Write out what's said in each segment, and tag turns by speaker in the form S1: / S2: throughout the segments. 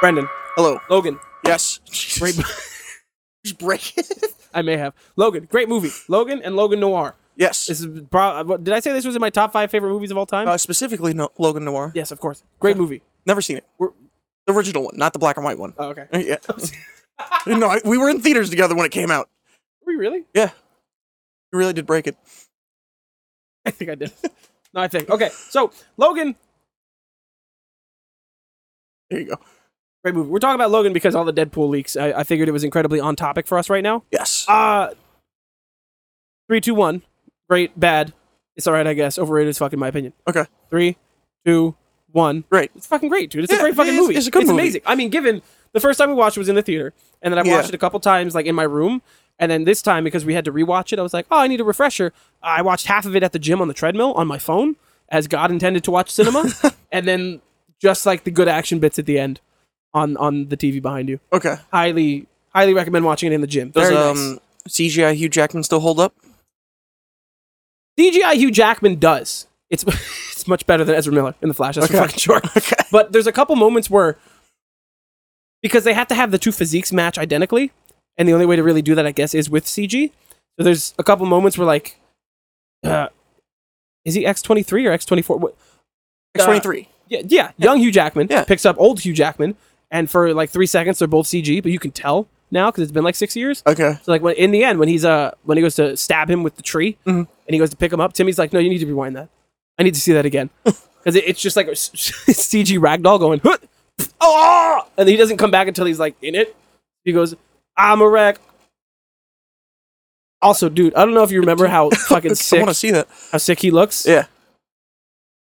S1: Brandon,
S2: Hello.
S1: Logan,
S2: Yes.
S1: great.
S2: Just break it.
S1: I may have Logan, great movie. Logan and Logan Noir.
S2: yes.
S1: This is pro- did I say this was in my top five favorite movies of all time?
S2: uh, specifically, no, Logan Noir.
S1: yes, of course. Great movie.
S2: Never seen it.
S1: We're-
S2: the original one, not the black and white one. Uh,
S1: Oh, okay. Are
S2: Yeah. no, I, we were in theaters together when it came out.
S1: we really?
S2: Yeah. You really did break it.
S1: I think I did. No, I think. Okay, so Logan,
S2: There you go.
S1: great movie. We're talking about Logan because all the Deadpool leaks. I, I figured it was incredibly on topic for us right now.
S2: Yes.
S1: Uh three, two, one. Great, bad. It's all right, I guess. Overrated as fuck, in my opinion.
S2: Okay.
S1: Three, two, one.
S2: Great.
S1: It's fucking great, dude. It's a
S2: Yeah,
S1: great fucking
S2: it's-
S1: movie.
S2: it's a good movie.
S1: amazing. I mean, given the first time we watched it was in the theater, and then I
S2: Yeah.
S1: watched it a couple times, like in my room, and then this time because we had to rewatch it, I was like, oh, I need a refresher. I watched half of it at the gym on the treadmill on my phone, as God intended to watch cinema, and then just like the good action bits at the end on on the TV behind you.
S2: Okay.
S1: Highly, highly recommend watching it in the gym.
S2: Does
S1: Very nice.
S2: um CGI Hugh Jackman still hold up?
S1: DGI Hugh Jackman does. It's it's much better than Ezra Miller in The Flash. That's for
S2: Okay.
S1: fucking sure.
S2: Okay.
S1: But there's a couple moments where because they have to have the two physiques match identically, and the only way to really do that, I guess, is with CG. So there's a couple moments where like, uh, is he X twenty three or X twenty four?
S2: X twenty three.
S1: Yeah, yeah. Young Hugh Jackman
S2: Yeah.
S1: picks up old Hugh Jackman, and for like three seconds they're both CG, but you can tell now because it's been like six years.
S2: Okay.
S1: So like when in the end when he's uh when he goes to stab him with the tree
S2: Mm-hmm.
S1: and he goes to pick him up, Timmy's like, "No, you need to rewind that. I need to see that again." Because it, it's just like a s- CG ragdoll going, "Huh! Pff, oh!" and he doesn't come back until he's like in it. He goes, "I'm a wreck." Also, dude, I don't know if you remember how fucking
S2: I
S1: sick
S2: want to see that.
S1: how sick he looks.
S2: Yeah.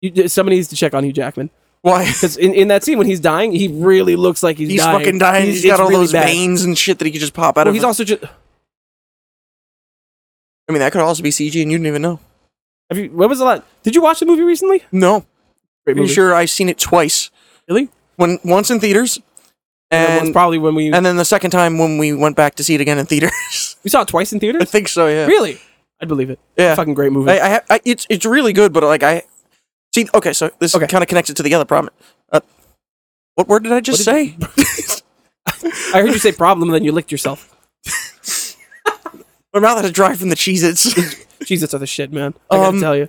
S1: You, somebody needs to check on Hugh Jackman
S2: Why?
S1: because in, in that scene when he's dying, he really looks like he's,
S2: He's
S1: dying.
S2: fucking dying. he's
S1: it's
S2: got all
S1: really
S2: those
S1: bad.
S2: veins and shit that he could just pop out
S1: Well,
S2: of.
S1: he's also just.
S2: I mean, that could also be CG, and you didn't even know.
S1: Have you? What was the last? Did you watch the movie recently?
S2: No,
S1: Great
S2: pretty
S1: movie.
S2: sure I've seen it twice.
S1: Really?
S2: When once in theaters,
S1: And that
S2: and
S1: was probably when we
S2: and then the second time when we went back to see it again in theaters.
S1: we saw it twice in
S2: I
S1: theaters.
S2: think so. Yeah.
S1: Really? I'd believe it.
S2: Yeah.
S1: Fucking great movie.
S2: I, I, ha- I it's it's really good, but like I see. Okay, so this
S1: Okay.
S2: kind of connects it to the other problem. Uh, what word did I just
S1: What
S2: say?
S1: I heard you say problem, then you licked yourself.
S2: My mouth had to dry from the Cheez-Its.
S1: Jesus, other shit, man. I gotta
S2: Um,
S1: tell you.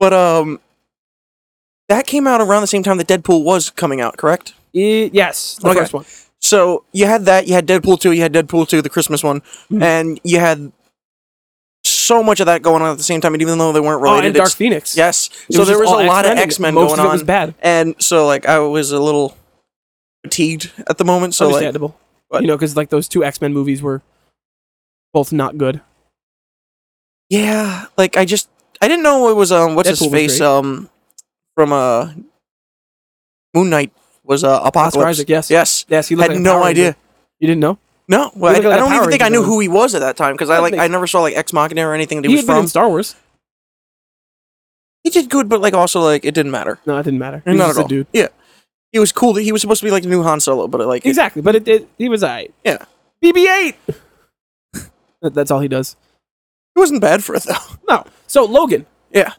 S2: but um, that came out around the same time that Deadpool was coming out, correct?
S1: E- yes, the
S2: okay.
S1: first one. Oh,
S2: So you had that, you had Deadpool 2, you had Deadpool 2, the Christmas one,
S1: Mm-hmm.
S2: and you had so much of that going on at the same time, and even though they weren't
S1: Oh,
S2: related.
S1: and Dark
S2: it's-
S1: Phoenix.
S2: Yes.
S1: It
S2: So
S1: was
S2: there was
S1: just
S2: a
S1: all
S2: lot
S1: X-Men and
S2: of X Men
S1: most
S2: going
S1: of it
S2: on.
S1: was bad.
S2: And so like I was a little fatigued at the moment. So like
S1: Understandable.
S2: but-
S1: you know, because like those two X Men movies were both not good.
S2: Yeah, like I just I didn't know it was um what's
S1: Deadpool was
S2: his face
S1: great.
S2: um from uh Moon Knight was uh
S1: Oscar
S2: Apocalypse.
S1: Isaac, yes.
S2: Yes.
S1: Yes, he looked
S2: Had
S1: like a
S2: no
S1: Power Ranger.
S2: idea.
S1: You didn't know?
S2: No, well,
S1: He
S2: I,
S1: looked like
S2: I
S1: a
S2: don't
S1: Power
S2: even think I
S1: Ranger
S2: knew
S1: villain.
S2: who he was at that time because I
S1: That
S2: like
S1: makes-
S2: I never saw like Ex Machina or anything that
S1: He,
S2: he,
S1: had
S2: was
S1: been
S2: from.
S1: in Star Wars.
S2: he did good, but like also like it didn't matter.
S1: No, it didn't matter. He was
S2: Not
S1: just
S2: at all.
S1: a dude.
S2: Yeah, he was cool. that He was supposed to be like the new Han Solo, but like it-
S1: Exactly, but it, it he was I.
S2: yeah,
S1: BB-8. That- That's all he does.
S2: it wasn't bad for it though.
S1: No. So Logan,
S2: Yeah,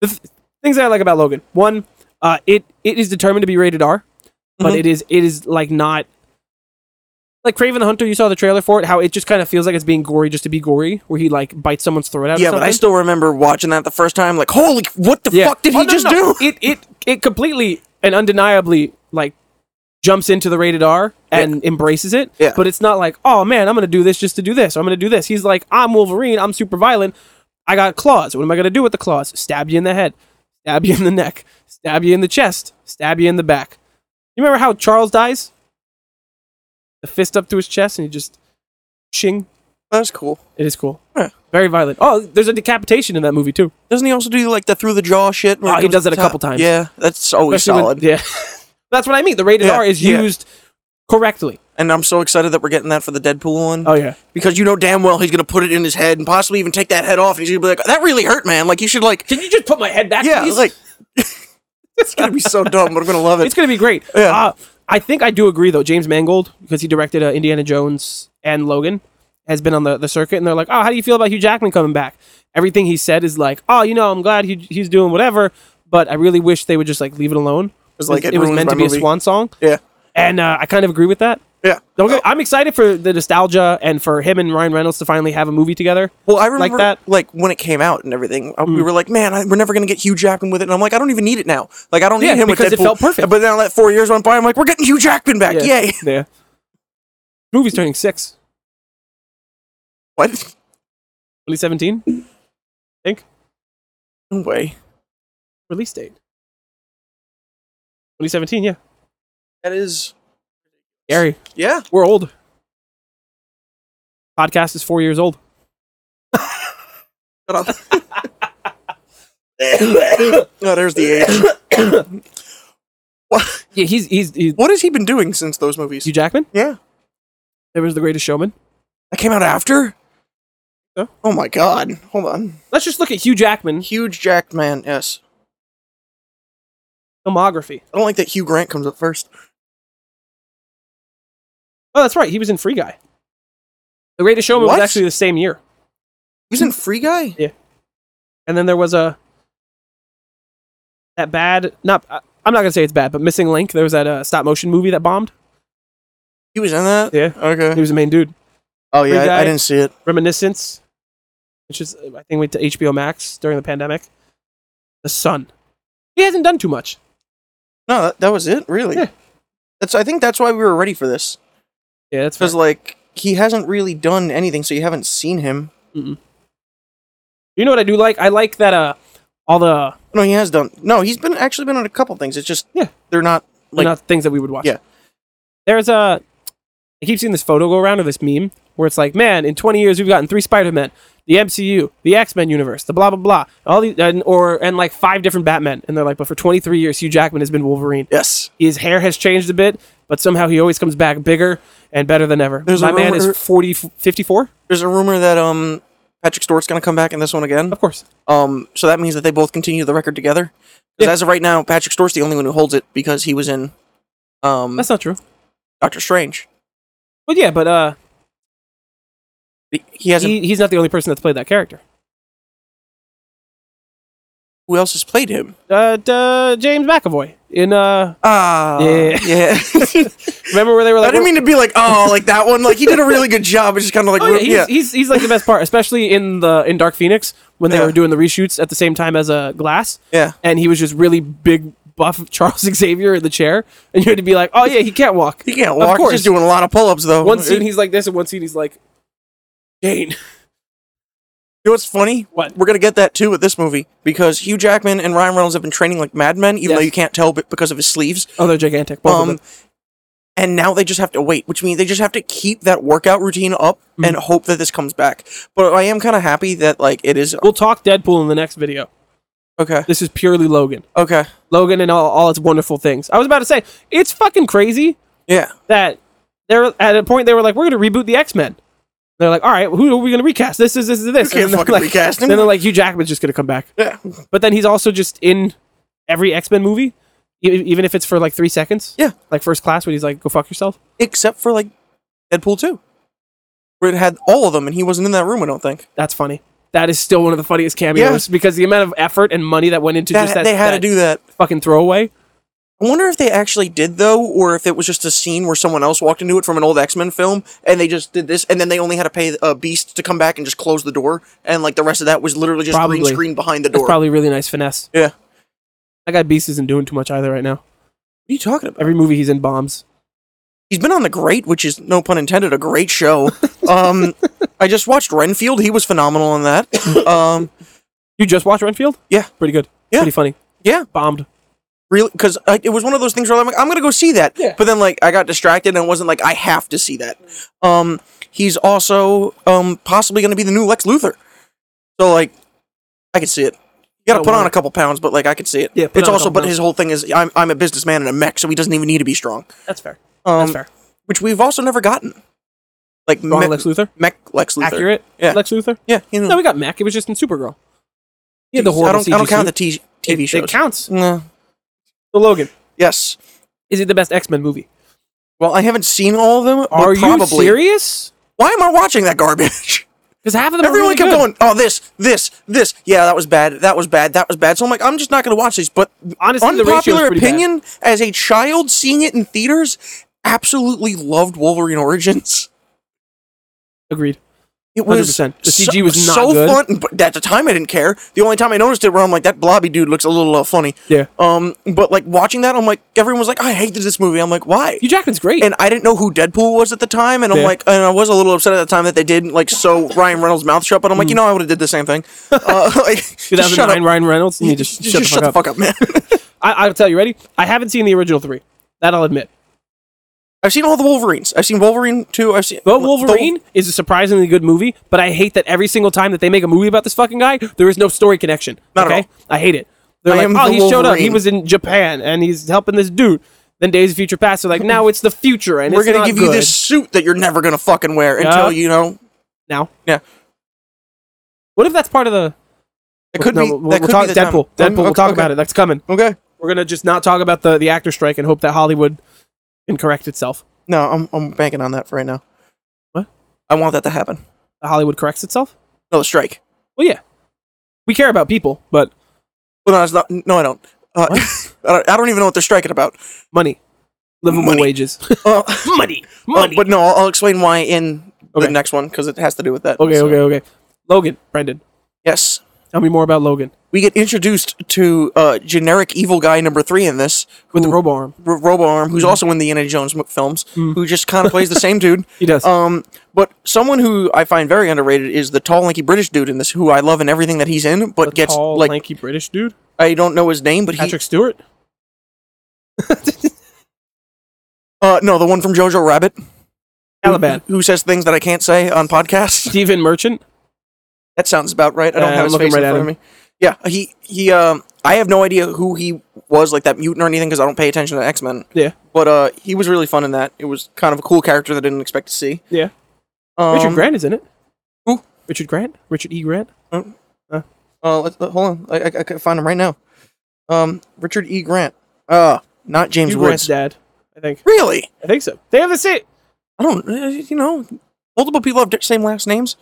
S1: the th- things that I like about Logan. One, uh, it it is determined to be rated R, but
S2: Mhm.
S1: it is it is like not like Craven the Hunter. You saw the trailer for it. How it just kind of feels like it's being gory just to be gory, where he like bites someone's throat out. or
S2: yeah, but I
S1: something.
S2: still remember watching that the first time. Like, holy, what the
S1: Yeah.
S2: fuck did
S1: Oh,
S2: he
S1: no,
S2: just
S1: no, no.
S2: do?
S1: It it it completely and undeniably like jumps into the rated R and embraces it.
S2: Yeah.
S1: But it's not like, oh man, I'm gonna do this just to do this. I'm gonna do this. He's like, I'm Wolverine. I'm super violent. I got claws. What am I gonna do with the claws? Stab you in the head. Stab you in the neck. Stab you in the chest. Stab you in the back. You remember how Charles dies? The fist up to his chest and he just shing.
S2: That was cool.
S1: It is cool.
S2: Yeah.
S1: Very violent. Oh, there's a decapitation in that movie too.
S2: Doesn't he also do like the through the jaw shit? where
S1: Oh, he
S2: comes
S1: does
S2: to
S1: it a
S2: the top?
S1: couple times.
S2: Yeah, that's always
S1: Especially when-
S2: solid.
S1: yeah. That's what I mean. The rated
S2: Yeah,
S1: R is
S2: yeah.
S1: used correctly.
S2: And I'm so excited that we're getting that for the Deadpool one.
S1: Oh yeah.
S2: Because you know damn well he's gonna put it in his head and possibly even take that head off. And he's gonna be like, "That really hurt, man. Like you should like,
S1: Can you just put my head back?
S2: yeah,
S1: please?
S2: like." it's gonna be so dumb, but I'm gonna love it.
S1: it's gonna be great.
S2: Yeah.
S1: Uh, I think I do agree though. James Mangold, because he directed uh, Indiana Jones and Logan, has been on the, the circuit, and they're like, "Oh, how do you feel about Hugh Jackman coming back?" Everything he said is like, "Oh, you know, I'm glad he, he's doing whatever, but I really wish they would just like leave it alone."
S2: It's like, it
S1: was
S2: ruins
S1: meant
S2: my
S1: to be
S2: movie.
S1: a swan song.
S2: yeah, Oh.
S1: and uh, I kind of agree with that.
S2: Yeah.
S1: Okay, I'm excited for the nostalgia and for him and Ryan Reynolds to finally have a movie together.
S2: Well, I remember
S1: that? Mm.
S2: like, when it came out and everything, uh we were like, "Man, I, we're never gonna get Hugh Jackman with it." And I'm like, "I don't even need it now. Like, I don't need
S1: Yeah,
S2: him with
S1: because it
S2: Deadpool."
S1: felt perfect.
S2: But now that four years went by, I'm like, "We're getting Hugh Jackman back! Yay!"
S1: Yeah. Movie's turning six.
S2: What?
S1: Release 17?
S2: No way.
S1: Release date. Release 17, yeah.
S2: That is.
S1: Gary,
S2: Yeah.
S1: we're old. Podcast is four years old.
S2: Shut up. oh, there's the age. what,
S1: Yeah, he's, he's, he's
S2: what has he been doing since those movies?
S1: Hugh Jackman.
S2: yeah,
S1: There was The Greatest Showman.
S2: that came out after.
S1: Yeah.
S2: Oh my god! Hold on,
S1: Let's just look at Hugh Jackman
S2: Huge Jackman. Yes,
S1: filmography.
S2: I don't like that Hugh Grant comes up first.
S1: Oh, that's right. He was in Free Guy. The Greatest Showman
S2: What?
S1: was actually the same year.
S2: He's in Free Guy.
S1: And then there was a that bad. Not I- I'm not gonna say it's bad, but Missing Link. There was that uh, stop motion movie that bombed.
S2: He was in that.
S1: Yeah. He
S2: Okay.
S1: was the main dude.
S2: Oh yeah,
S1: Free
S2: I, I
S1: Guy.
S2: didn't see it.
S1: Reminiscence, which is uh, I think went to HBO Max during the pandemic. The Sun. He hasn't done too much.
S2: No, that, that was it. Really.
S1: Yeah.
S2: That's. I think that's why we were ready for this.
S1: Yeah, that's fair.
S2: Because like he hasn't really done anything, so you haven't seen him.
S1: You know what I do like? I like that uh all the
S2: No, he has done. No, he's been actually been on a couple things. It's just
S1: Yeah.
S2: they're not
S1: like,
S2: like
S1: not things that we would watch.
S2: Yeah.
S1: There's a. I keep seeing this photo go around or this meme where it's like, man, in 20 years we've gotten three Spider-Men, the MCU, the X-Men universe, the blah blah blah, all these, and, or and like five different Batmen, and they're like, but for 23 years Hugh Jackman has been Wolverine.
S2: yes.
S1: His hair has changed a bit, but somehow he always comes back bigger and better than ever.
S2: There's a
S1: My man
S2: rumor-
S1: is 40, 54,
S2: There's a rumor that um Patrick Stewart's gonna come back in this one again.
S1: of course.
S2: Um, so that means that they both continue the record together. Because
S1: Yeah.
S2: as of right now, Patrick Stewart's the only one who holds it because he was in um
S1: That's not true.
S2: Doctor Strange.
S1: But yeah, but uh,
S2: He- He hasn't.
S1: he, he's not the only person that's played that character.
S2: who else has played him?
S1: Uh, d- uh, James McAvoy in uh,
S2: Ah,
S1: Yeah.
S2: yeah.
S1: remember where they were like,
S2: I
S1: "We're-
S2: didn't mean to be like, oh, like that one. Like he did a really good job. It's just kind of like,
S1: Oh, yeah, he's,
S2: yeah,
S1: he's he's like the best part, especially in the in Dark Phoenix when they
S2: Yeah.
S1: were doing the reshoots at the same time as uh, Glass,
S2: yeah.
S1: and he was just really big buff Charles Xavier in the chair, and you had to be like, oh yeah, he can't walk.
S2: He can't walk. He's
S1: course.
S2: just doing a lot of pull-ups though.
S1: One scene he's like this, and one scene he's like, Jane.
S2: You know what's funny?
S1: What?
S2: We're gonna get that too with this movie because Hugh Jackman and Ryan Reynolds have been training like madmen, even
S1: Yes.
S2: though you can't tell b- because of his sleeves.
S1: Oh, they're gigantic. Both of
S2: Um,
S1: them.
S2: and now they just have to wait, which means they just have to keep that workout routine up
S1: Mm-hmm.
S2: and hope that this comes back. But I am kind of happy that like it is
S1: We'll talk Deadpool in the next video.
S2: okay.
S1: This is purely Logan,
S2: Okay,
S1: Logan and all all its wonderful things. I was about to say it's fucking crazy
S2: yeah,
S1: that they're at a point they were like, we're going to reboot the X Men. They're like, all right, who are we going to recast? This is this is this.
S2: can't
S1: And then,
S2: fucking
S1: like,
S2: recast him.
S1: Then they're like, Hugh Jackman's just going to come back.
S2: yeah.
S1: But then he's also just in every X Men movie, e- even if it's for like three seconds.
S2: Yeah.
S1: Like First Class, when he's like, go fuck yourself.
S2: Except for like Deadpool two, where it had all of them, and he wasn't in that room. I don't think
S1: That's funny. That is still one of the funniest cameos because the amount of effort and money that went into
S2: that,
S1: just that,
S2: they had
S1: that
S2: to do that.
S1: fucking throwaway.
S2: I wonder if they actually did though, or if it was just a scene where someone else walked into it from an old X Men film, and they just did this, and then they only had to pay uh, Beast to come back and just close the door, and like the rest of that was literally just green
S1: Probably.
S2: screen behind the
S1: That's
S2: door.
S1: probably really nice finesse.
S2: yeah. What are
S1: That guy Beast isn't doing too much either right now.
S2: you talking about?
S1: Every movie he's in bombs.
S2: He's been on the Great, which is no pun intended, a great show. um, I just watched Renfield; he was phenomenal in that. Um,
S1: You just watched Renfield?
S2: Yeah.
S1: Pretty good.
S2: Yeah.
S1: Pretty funny.
S2: Yeah.
S1: Bombed.
S2: really, because it was one of those things where I'm like, I'm gonna go see that,
S1: Yeah.
S2: but then like I got distracted and it wasn't like I have to see that.
S1: Mm-hmm.
S2: Um, he's also um possibly gonna be the new Lex Luthor, so like I could see it. You gotta
S1: Oh,
S2: put
S1: wow.
S2: on a couple pounds, but like I could see it.
S1: Yeah, put
S2: it's
S1: on a
S2: also,
S1: couple
S2: but
S1: pounds.
S2: his whole thing is I'm I'm a businessman and a mech, so he doesn't even need to be strong.
S1: That's fair.
S2: Um,
S1: That's fair.
S2: which we've also never gotten, like
S1: Wrong
S2: mech,
S1: Lex Luthor.
S2: mech Lex Luthor.
S1: Accurate.
S2: Yeah.
S1: Lex Luthor.
S2: Yeah, you know.
S1: No, we got Mac. It was just in Supergirl. He had the
S2: I
S1: horrible
S2: don't, I don't
S1: CG
S2: count the
S1: suit.
S2: t- TV
S1: it,
S2: shows.
S1: It counts.
S2: No.
S1: So Logan,
S2: Yes.
S1: is it the best X Men movie?
S2: Well, I haven't seen all of them. but
S1: Are you
S2: probably.
S1: serious?
S2: Why am I watching that garbage?
S1: Because half of them
S2: Everyone
S1: are really
S2: kept
S1: good.
S2: going, oh, this, this, this. Yeah, that was bad. That was bad. That was bad. So I'm like, I'm just not going to watch these. But
S1: Honestly, the ratio is
S2: unpopular
S1: pretty bad.
S2: opinion as a child seeing it in theaters, absolutely loved Wolverine Origins.
S1: Agreed.
S2: It was
S1: 100%. The CG was not
S2: so
S1: good.
S2: fun, but at the time I didn't care. The only time I noticed it, where I'm like, that blobby dude looks a little uh, funny.
S1: Yeah.
S2: Um, but like watching that, I'm like, everyone was like, I hated this movie. I'm like, why?
S1: Hugh Jackman's great.
S2: and I didn't know who Deadpool was at the time, and I'm
S1: Yeah.
S2: like, and I was a little upset at the time that they did like sew Ryan Reynolds' mouth shut, but I'm like,
S1: Hmm.
S2: you know, I would have did the same thing. Uh, like, just shut
S1: 2009
S2: up.
S1: Ryan Reynolds. You need to sh-
S2: Just
S1: shut, the, fuck up.
S2: man.
S1: I- I'll tell you. Ready? I haven't seen the original three. That I'll admit.
S2: I've seen all the Wolverines. I've seen Wolverine two. I've seen
S1: But
S2: the-
S1: Wolverine is a surprisingly good movie, but I hate that every single time that they make a movie about this fucking guy, there is no story connection.
S2: Not at
S1: okay? I hate it. They're
S2: I
S1: like,
S2: am
S1: oh,
S2: the
S1: he showed up. He
S2: Wolverine."
S1: was in Japan and he's helping this dude. Then Days of Future Past are like, now it's the future and
S2: We're
S1: it's
S2: gonna
S1: not
S2: give you
S1: good.
S2: this suit that you're never gonna fucking wear
S1: Yeah.
S2: until you know.
S1: now.
S2: Yeah.
S1: What if that's part of the?
S2: It could
S1: No,
S2: be.
S1: we'll,
S2: that
S1: we'll
S2: could
S1: talk
S2: be the time.
S1: Deadpool.
S2: Um,
S1: Deadpool. We'll
S2: okay,
S1: talk about it. That's coming.
S2: Okay.
S1: We're gonna just not talk about the the actor strike and hope that Hollywood can correct itself.
S2: No, I'm I'm banking on that for right now.
S1: What?
S2: I want that to happen.
S1: That Hollywood corrects itself.
S2: No, the strike.
S1: Well, yeah, we care about people, but
S2: Well, no, it's not. No, I don't. Uh, I don't. I don't even know what they're striking about.
S1: money, livable
S2: Money.
S1: wages,
S2: Uh,
S1: money,
S2: Uh,
S1: money.
S2: but no, I'll, I'll explain why in
S1: Okay.
S2: the next one because it has to do with that.
S1: Okay,
S2: So,
S1: okay, okay. Logan, Brendan,
S2: Yes,
S1: tell me more about Logan
S2: we get introduced to uh, generic evil guy number three in this
S1: with the robo arm.
S2: R- Robo Arm,
S1: Mm-hmm.
S2: who's also in the Indiana Jones m- films, who just kind of plays the same dude.
S1: He does.
S2: Um, but someone who I find very underrated is the tall, lanky British dude in this, who I love in everything that he's in, but gets
S1: Tall,
S2: like
S1: lanky British dude,
S2: I don't know his name, but he
S1: Patrick Stewart.
S2: uh, no, the one from Jojo Rabbit,
S1: Caliban.
S2: who says things that I can't say on podcasts.
S1: Steven Merchant.
S2: That sounds about right. I don't
S1: Yeah, I'm
S2: have his
S1: looking
S2: face
S1: right
S2: in
S1: at
S2: front of me. Yeah, he he. Um, I have no idea who he was, like that mutant or anything, because I don't pay attention to X Men.
S1: Yeah,
S2: But uh, he was really fun in that. It was kind of a cool character that I didn't expect to see.
S1: yeah.
S2: Um,
S1: Richard Grant is in it.
S2: Who?
S1: Richard Grant. Richard E. Grant.
S2: Uh, let's, let- hold on, I, I, I can find him right now. Um, Richard E. Grant. Uh, not James
S1: Hugh Grant's
S2: Woods.
S1: dad. I think.
S2: Really?
S1: I think so. They have the same.
S2: I don't. uh, You know, multiple people have di- same last names.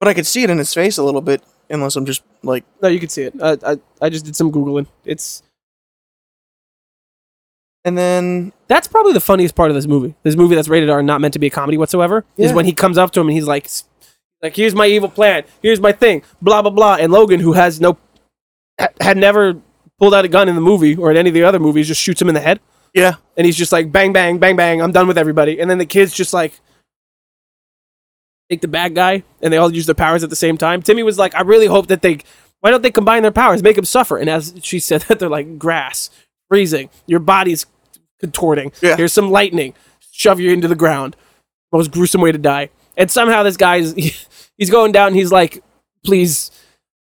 S2: But I could see it in his face a little bit, unless I'm just like.
S1: No, you can see it. Uh, I I just did some googling. It's
S2: And then
S1: that's probably the funniest part of this movie. This movie that's rated R, and not meant to be a comedy whatsoever, is
S2: Yeah.
S1: when he comes up to him and he's like, s- like here's my evil plan, here's my thing, blah blah blah. And Logan, who has no, ha- had never pulled out a gun in the movie or in any of the other movies, just shoots him in the head,
S2: Yeah.
S1: and he's just like bang bang bang bang. I'm done with everybody. And then the kids just like. Take the bad guy, and they all use their powers at the same time. Timmy was like, "I really hope that they, why don't they combine their powers, make him suffer?" And as she said that, they're like grass, freezing, your body's contorting.
S2: Yeah.
S1: Here's some lightning. Shove you into the ground. Most gruesome way to die. And somehow this guy's he's going down. And he's like, please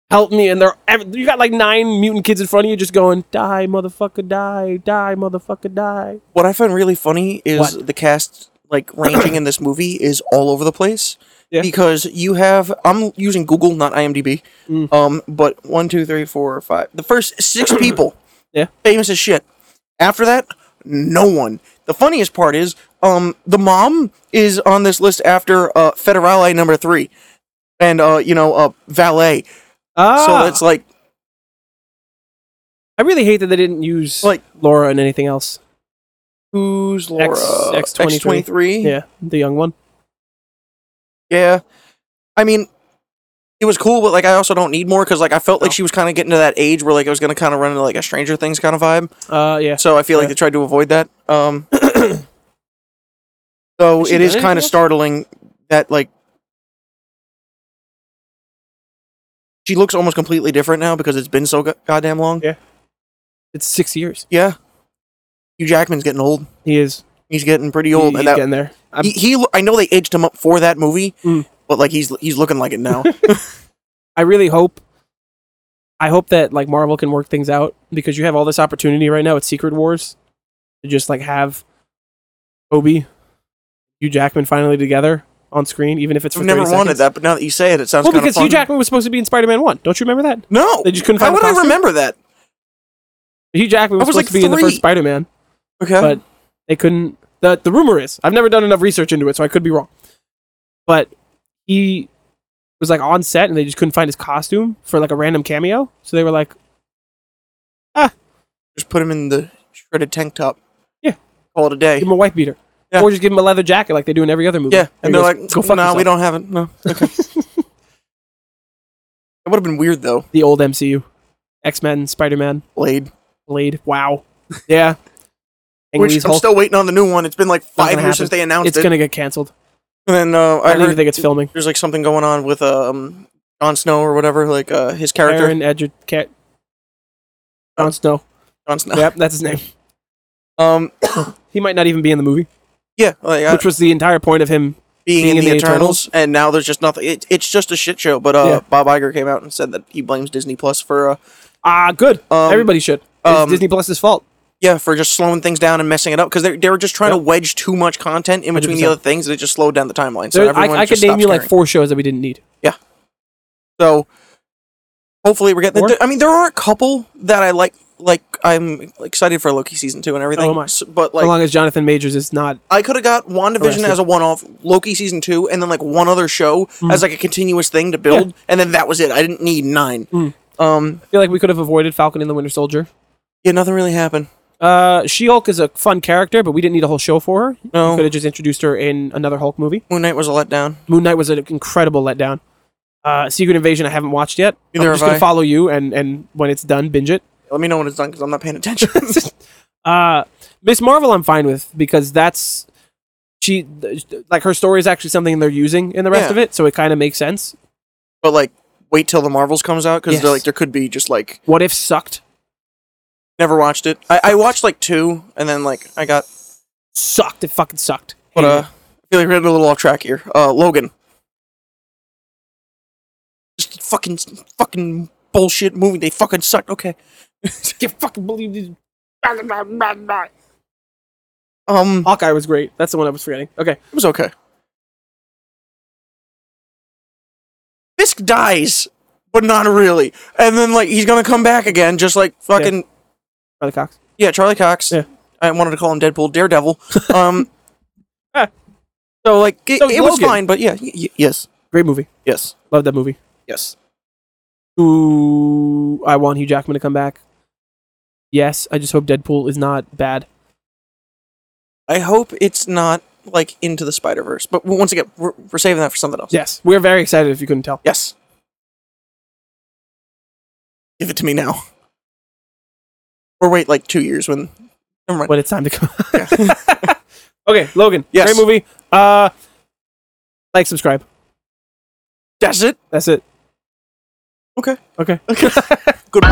S1: help me. And they're ev- you got like nine mutant kids in front of you, just going, die, motherfucker, die, die, motherfucker, die.
S2: What I find really funny is
S1: What?
S2: the cast like ranging in this movie is all over the place.
S1: Yeah.
S2: Because you have I'm using Google, not IMDB.
S1: Mm.
S2: Um, but one, two, three, four, five. The first six people.
S1: Yeah.
S2: Famous as shit. After that, no one. The funniest part is, um, the mom is on this list after uh Federale number three. And uh, you know, uh valet.
S1: Ah,
S2: So it's like
S1: I really hate that they didn't use like
S2: Like-
S1: Laura and anything else.
S2: who's Laura?
S1: X23.
S2: X23?
S1: Yeah, the young one.
S2: Yeah. I mean, it was cool, but like I also don't need more because like I felt like
S1: No.
S2: she was kind of getting to that age where like I was gonna kind of run into like a Stranger Things kind of vibe.
S1: Uh, yeah.
S2: So I feel
S1: Yeah.
S2: like they tried to avoid that. Um, so
S1: Has she
S2: it
S1: done
S2: is
S1: anything
S2: kind of
S1: else?
S2: startling that like she looks almost completely different now because it's been so go- goddamn long.
S1: Yeah. It's six years.
S2: Yeah. Hugh Jackman's getting old.
S1: He is.
S2: He's getting pretty
S1: He,
S2: old,
S1: he's
S2: and that
S1: getting there. I'm-
S2: he, he lo- I know they aged him up for that movie,
S1: Mm.
S2: but like he's he's looking like it now.
S1: I really hope I hope that like Marvel can work things out because you have all this opportunity right now with Secret Wars to just like have Obi, Hugh Jackman finally together on screen, even if it's for
S2: I've never
S1: 30
S2: wanted
S1: seconds.
S2: that, but now that you say it, it sounds
S1: Well,
S2: kind
S1: because
S2: of fun.
S1: Hugh Jackman was supposed to be in Spider Man One. Don't you remember that?
S2: No.
S1: They just couldn't
S2: How
S1: find a
S2: would I
S1: costume?
S2: remember that?
S1: Hugh Jackman was,
S2: I was,
S1: supposed to
S2: like,
S1: be in the
S2: three.
S1: first Spider Man.
S2: Okay.
S1: But they couldn't the the rumor is I've never done enough research into it, so I could be wrong. But he was like on set and they just couldn't find his costume for like a random cameo. So they were like, Ah,
S2: Just put him in the shredded tank top.
S1: Yeah.
S2: Call it a day.
S1: Give him a white beater.
S2: Yeah.
S1: Or just give him a leather jacket like they do in every other movie.
S2: Yeah,
S1: he
S2: and they're
S1: goes,
S2: like,
S1: "Go fuck
S2: nah, we
S1: yourself."
S2: don't have it. No, okay. that would have been weird though.
S1: The old MCU. X Men, Spider Man,
S2: Blade,
S1: Blade. Wow. Yeah. Ang
S2: which
S1: Lee's
S2: I'm
S1: Hulk.
S2: still waiting on the new one. It's been like five
S1: gonna
S2: years since
S1: happen.
S2: they announced
S1: it's
S2: it.
S1: going to get canceled.
S2: and then uh, I,
S1: I don't
S2: heard
S1: even think it's filming.
S2: there's like something going on with um Jon Snow or whatever, like uh, his character. Oh.
S1: Aaron Edgert. Cat. Jon Snow.
S2: Jon Snow.
S1: Yep, that's his name.
S2: Um,
S1: He might not even be in the movie,
S2: yeah, like uh,
S1: which was the entire point of him.
S2: being, in, the, Eternals, and now there's just nothing. It, it's just a shit show. But uh,
S1: Yeah.
S2: Bob Iger came out and said that he blames Disney Plus for uh,
S1: Ah, good.
S2: um,
S1: Everybody should. It's
S2: um,
S1: Disney Plus's fault.
S2: Yeah, for just slowing things down and messing it up because they they were just trying to wedge too much content in between the
S1: 100%.
S2: other things and it just slowed down the timeline. So
S1: There- I,
S2: everyone
S1: I
S2: just
S1: could name
S2: stops
S1: you like
S2: caring.
S1: four shows that we didn't need.
S2: so. Hopefully we're getting.
S1: Four?
S2: There, I mean, there are a couple that I like. Like I'm excited for Loki season two and everything.
S1: Oh my.
S2: S- But
S1: as
S2: like
S1: long as Jonathan Majors is not
S2: I could have got WandaVision
S1: Arrested.
S2: as a one off, Loki season two, and then like one other show
S1: Mm.
S2: as like a continuous thing to build, and then that was it. I didn't need nine.
S1: Mm.
S2: Um,
S1: I feel like we could have avoided Falcon and the Winter Soldier.
S2: yeah, nothing really happened.
S1: Uh, she Hulk is a fun character, but we didn't need a whole show for her.
S2: No,
S1: Could have just introduced her in another Hulk movie.
S2: Moon Knight was a letdown.
S1: Moon Knight was an incredible letdown. Uh, Secret Invasion, I haven't watched yet.
S2: Neither
S1: I'm just
S2: have
S1: gonna
S2: I.
S1: follow you, and and when it's done, binge it.
S2: Let me know when it's done because I'm not paying attention.
S1: Uh, Miss Marvel, I'm fine with because that's she th- like her story is actually something they're using in the rest
S2: Yeah.
S1: of it, so it kind of makes sense.
S2: but like wait till the Marvels comes out because
S1: Yes.
S2: like there could be just like
S1: What if sucked?
S2: never watched it. I, I watched like two and then like I got
S1: Sucked. It fucking sucked.
S2: but
S1: Hated
S2: uh I feel like we're getting a little off track here. Uh, Logan, just fucking fucking bullshit movie. They fucking suck. Okay.
S1: it. can't fucking believe this.
S2: Um,
S1: Hawkeye was great. That's the one I was forgetting. Okay.
S2: it was okay. Fisk dies, but not really. And then like he's gonna come back again, just like fucking
S1: Charlie Cox.
S2: Yeah, Charlie Cox.
S1: Yeah.
S2: I wanted to call him Deadpool, Daredevil. Um,
S1: Ah.
S2: so like it,
S1: So
S2: it was
S1: Logan.
S2: fine, but yeah, y- y- yes,
S1: Great movie.
S2: yes,
S1: Love that movie.
S2: yes.
S1: Ooh, I want Hugh Jackman to come back. Yes, I just hope Deadpool is not bad.
S2: I hope it's not like into the Spider Verse, but w- once again, we're, we're saving that for something else.
S1: Yes, we're very excited. If you couldn't tell,
S2: Yes. Give it to me now. Or wait, like two years when. Never mind.
S1: when it's time to come. okay, Logan.
S2: Yes.
S1: Great movie. Uh, like, subscribe.
S2: That's it.
S1: That's it.
S2: Okay.
S1: Okay.
S2: Good.